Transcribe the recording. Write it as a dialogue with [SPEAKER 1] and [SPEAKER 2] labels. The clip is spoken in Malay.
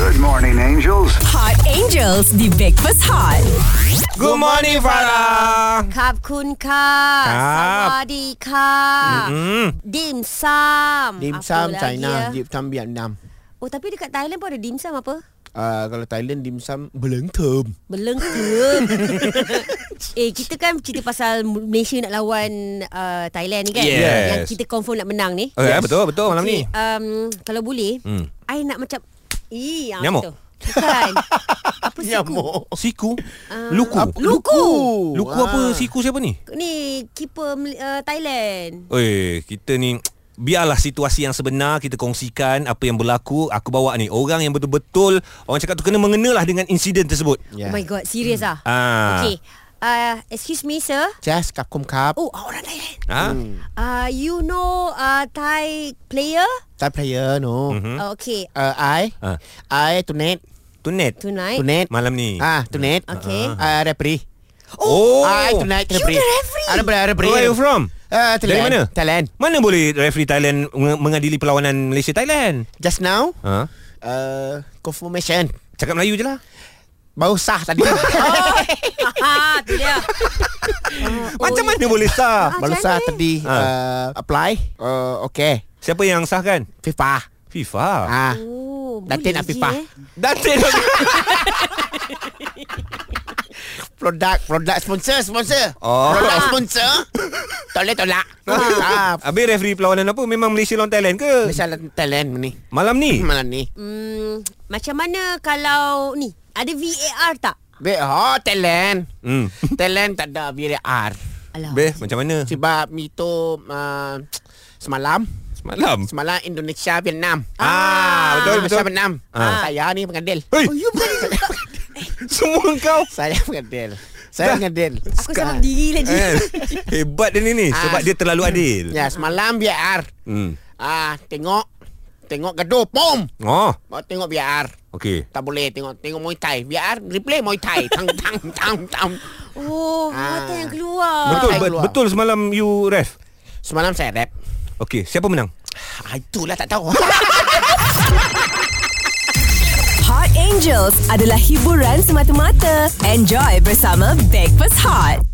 [SPEAKER 1] Good morning, angels.
[SPEAKER 2] Hot Angels di Breakfast Hot.
[SPEAKER 3] Good morning Farah
[SPEAKER 4] ขอบคุณค่ะ
[SPEAKER 3] ครั
[SPEAKER 4] ส
[SPEAKER 3] บ
[SPEAKER 4] วัสดีค่ะ
[SPEAKER 3] Hmm
[SPEAKER 4] ดิมซัม
[SPEAKER 5] Dimsum
[SPEAKER 4] Apa
[SPEAKER 5] China,
[SPEAKER 4] lagi ya?
[SPEAKER 5] dimsum Vietnam.
[SPEAKER 4] Oh tapi dekat Thailand pun ada dimsum apa?
[SPEAKER 5] Uh, kalau Thailand dimsum belengtem.
[SPEAKER 4] Beleng ke? eh kita kan cerita pasal Malaysia nak lawan uh, Thailand ni kan?
[SPEAKER 3] Yes.
[SPEAKER 4] Yang kita confirm nak menang ni.
[SPEAKER 3] Okay, Oh, ya, betul betul malam ni.
[SPEAKER 4] Okay, um, kalau boleh,
[SPEAKER 3] Hmm.
[SPEAKER 4] I nak macam Ih, apa
[SPEAKER 3] Nyamuk?
[SPEAKER 4] tu? Bukan. apa siku?
[SPEAKER 3] Siku Luku
[SPEAKER 5] Apa?
[SPEAKER 4] Luku.
[SPEAKER 3] Luku apa siku siapa ni?
[SPEAKER 4] Ni keeper uh, Thailand.
[SPEAKER 3] Oi, kita ni biarlah situasi yang sebenar kita kongsikan apa yang berlaku aku bawa ni orang yang betul-betul orang cakap tu kena mengenalah dengan insiden tersebut.
[SPEAKER 4] Oh my god, serius ah.
[SPEAKER 3] Ah.
[SPEAKER 4] Okay. Uh, excuse me sir.
[SPEAKER 5] Just kakum kap.
[SPEAKER 4] Oh, orang Thailand.
[SPEAKER 3] Ha?
[SPEAKER 4] Uh, you know uh, Thai player?
[SPEAKER 5] Thai player no.
[SPEAKER 4] Hmm? Okay.
[SPEAKER 5] Uh, I,
[SPEAKER 3] Mhm. Ah.
[SPEAKER 5] I tunet,
[SPEAKER 3] Tunet
[SPEAKER 4] Tonight.
[SPEAKER 5] tunet.
[SPEAKER 3] malam ni.
[SPEAKER 5] Ah, tunet.
[SPEAKER 4] Okay.
[SPEAKER 5] Uh, referee.
[SPEAKER 3] Oh,
[SPEAKER 5] I tunet referee.
[SPEAKER 4] the referee?
[SPEAKER 5] Ada berapa referee?
[SPEAKER 3] Where are you from?
[SPEAKER 5] Uh, Thailand.
[SPEAKER 3] Dari mana?
[SPEAKER 5] Thailand.
[SPEAKER 3] Mana boleh referee Thailand meng- mengadili perlawanan Malaysia Thailand?
[SPEAKER 5] Just now,
[SPEAKER 3] Ha?
[SPEAKER 5] uh, confirmation.
[SPEAKER 3] Cakap Melayu je lah.
[SPEAKER 5] Baru sah tadi.
[SPEAKER 4] Oh, Ah, tu dia. Oh,
[SPEAKER 3] Macam mana boleh sah?
[SPEAKER 5] Baru sah tadi.
[SPEAKER 3] Ah.
[SPEAKER 5] Uh, apply. Uh, okay.
[SPEAKER 3] Siapa yang sahkan?
[SPEAKER 5] FIFA.
[SPEAKER 3] FIFA.
[SPEAKER 5] Ah.
[SPEAKER 4] Oh,
[SPEAKER 5] Datin
[SPEAKER 4] boleh
[SPEAKER 5] Afifah.
[SPEAKER 4] je, eh.
[SPEAKER 3] Datin
[SPEAKER 5] Produk Produk sponsor Sponsor
[SPEAKER 3] Oh.
[SPEAKER 5] Produk sponsor Tak boleh tolak ah.
[SPEAKER 3] Habis referee perlawanan apa Memang Malaysia lawan Thailand ke?
[SPEAKER 5] Misalnya talent ni
[SPEAKER 3] Malam ni?
[SPEAKER 5] Malam ni
[SPEAKER 4] Hmm, macam mana kalau ni? Ada VAR tak?
[SPEAKER 5] Be oh talent
[SPEAKER 3] Hmm.
[SPEAKER 5] Talent tak ada VAR
[SPEAKER 4] Alah.
[SPEAKER 3] Beh, macam mana?
[SPEAKER 5] Sebab itu uh, Semalam
[SPEAKER 3] Semalam.
[SPEAKER 5] Semalam Indonesia Vietnam
[SPEAKER 3] Ah, betul,
[SPEAKER 5] Indonesia
[SPEAKER 3] betul.
[SPEAKER 5] Vietnam
[SPEAKER 3] Ah.
[SPEAKER 5] Saya ni pengadil
[SPEAKER 3] Hei,
[SPEAKER 4] Oh, you bukan dia cakap.
[SPEAKER 3] semua kau.
[SPEAKER 5] Saya pengadil Saya pengadil
[SPEAKER 4] Aku salah diri lagi.
[SPEAKER 3] Eh, hebat dia ni ni sebab
[SPEAKER 5] Ah.
[SPEAKER 3] dia terlalu adil.
[SPEAKER 5] Ya semalam VAR
[SPEAKER 3] Hmm.
[SPEAKER 5] Ah, Tengok Tengok gaduh Pom
[SPEAKER 3] Oh,
[SPEAKER 5] Mau tengok VAR
[SPEAKER 3] okey.
[SPEAKER 5] Tak boleh tengok tengok Muay Thai. Biar replay Muay Thai. Tang tang tang tang.
[SPEAKER 4] Oh,
[SPEAKER 5] Ah.
[SPEAKER 4] mata yang keluar.
[SPEAKER 3] Betul
[SPEAKER 5] saya
[SPEAKER 3] be-
[SPEAKER 5] keluar.
[SPEAKER 3] betul semalam you ref.
[SPEAKER 5] Semalam saya rap.
[SPEAKER 3] Okey, siapa menang?
[SPEAKER 5] Ah, itulah tak tahu.
[SPEAKER 2] Hot Angels adalah hiburan semata-mata. Enjoy bersama Breakfast Hot.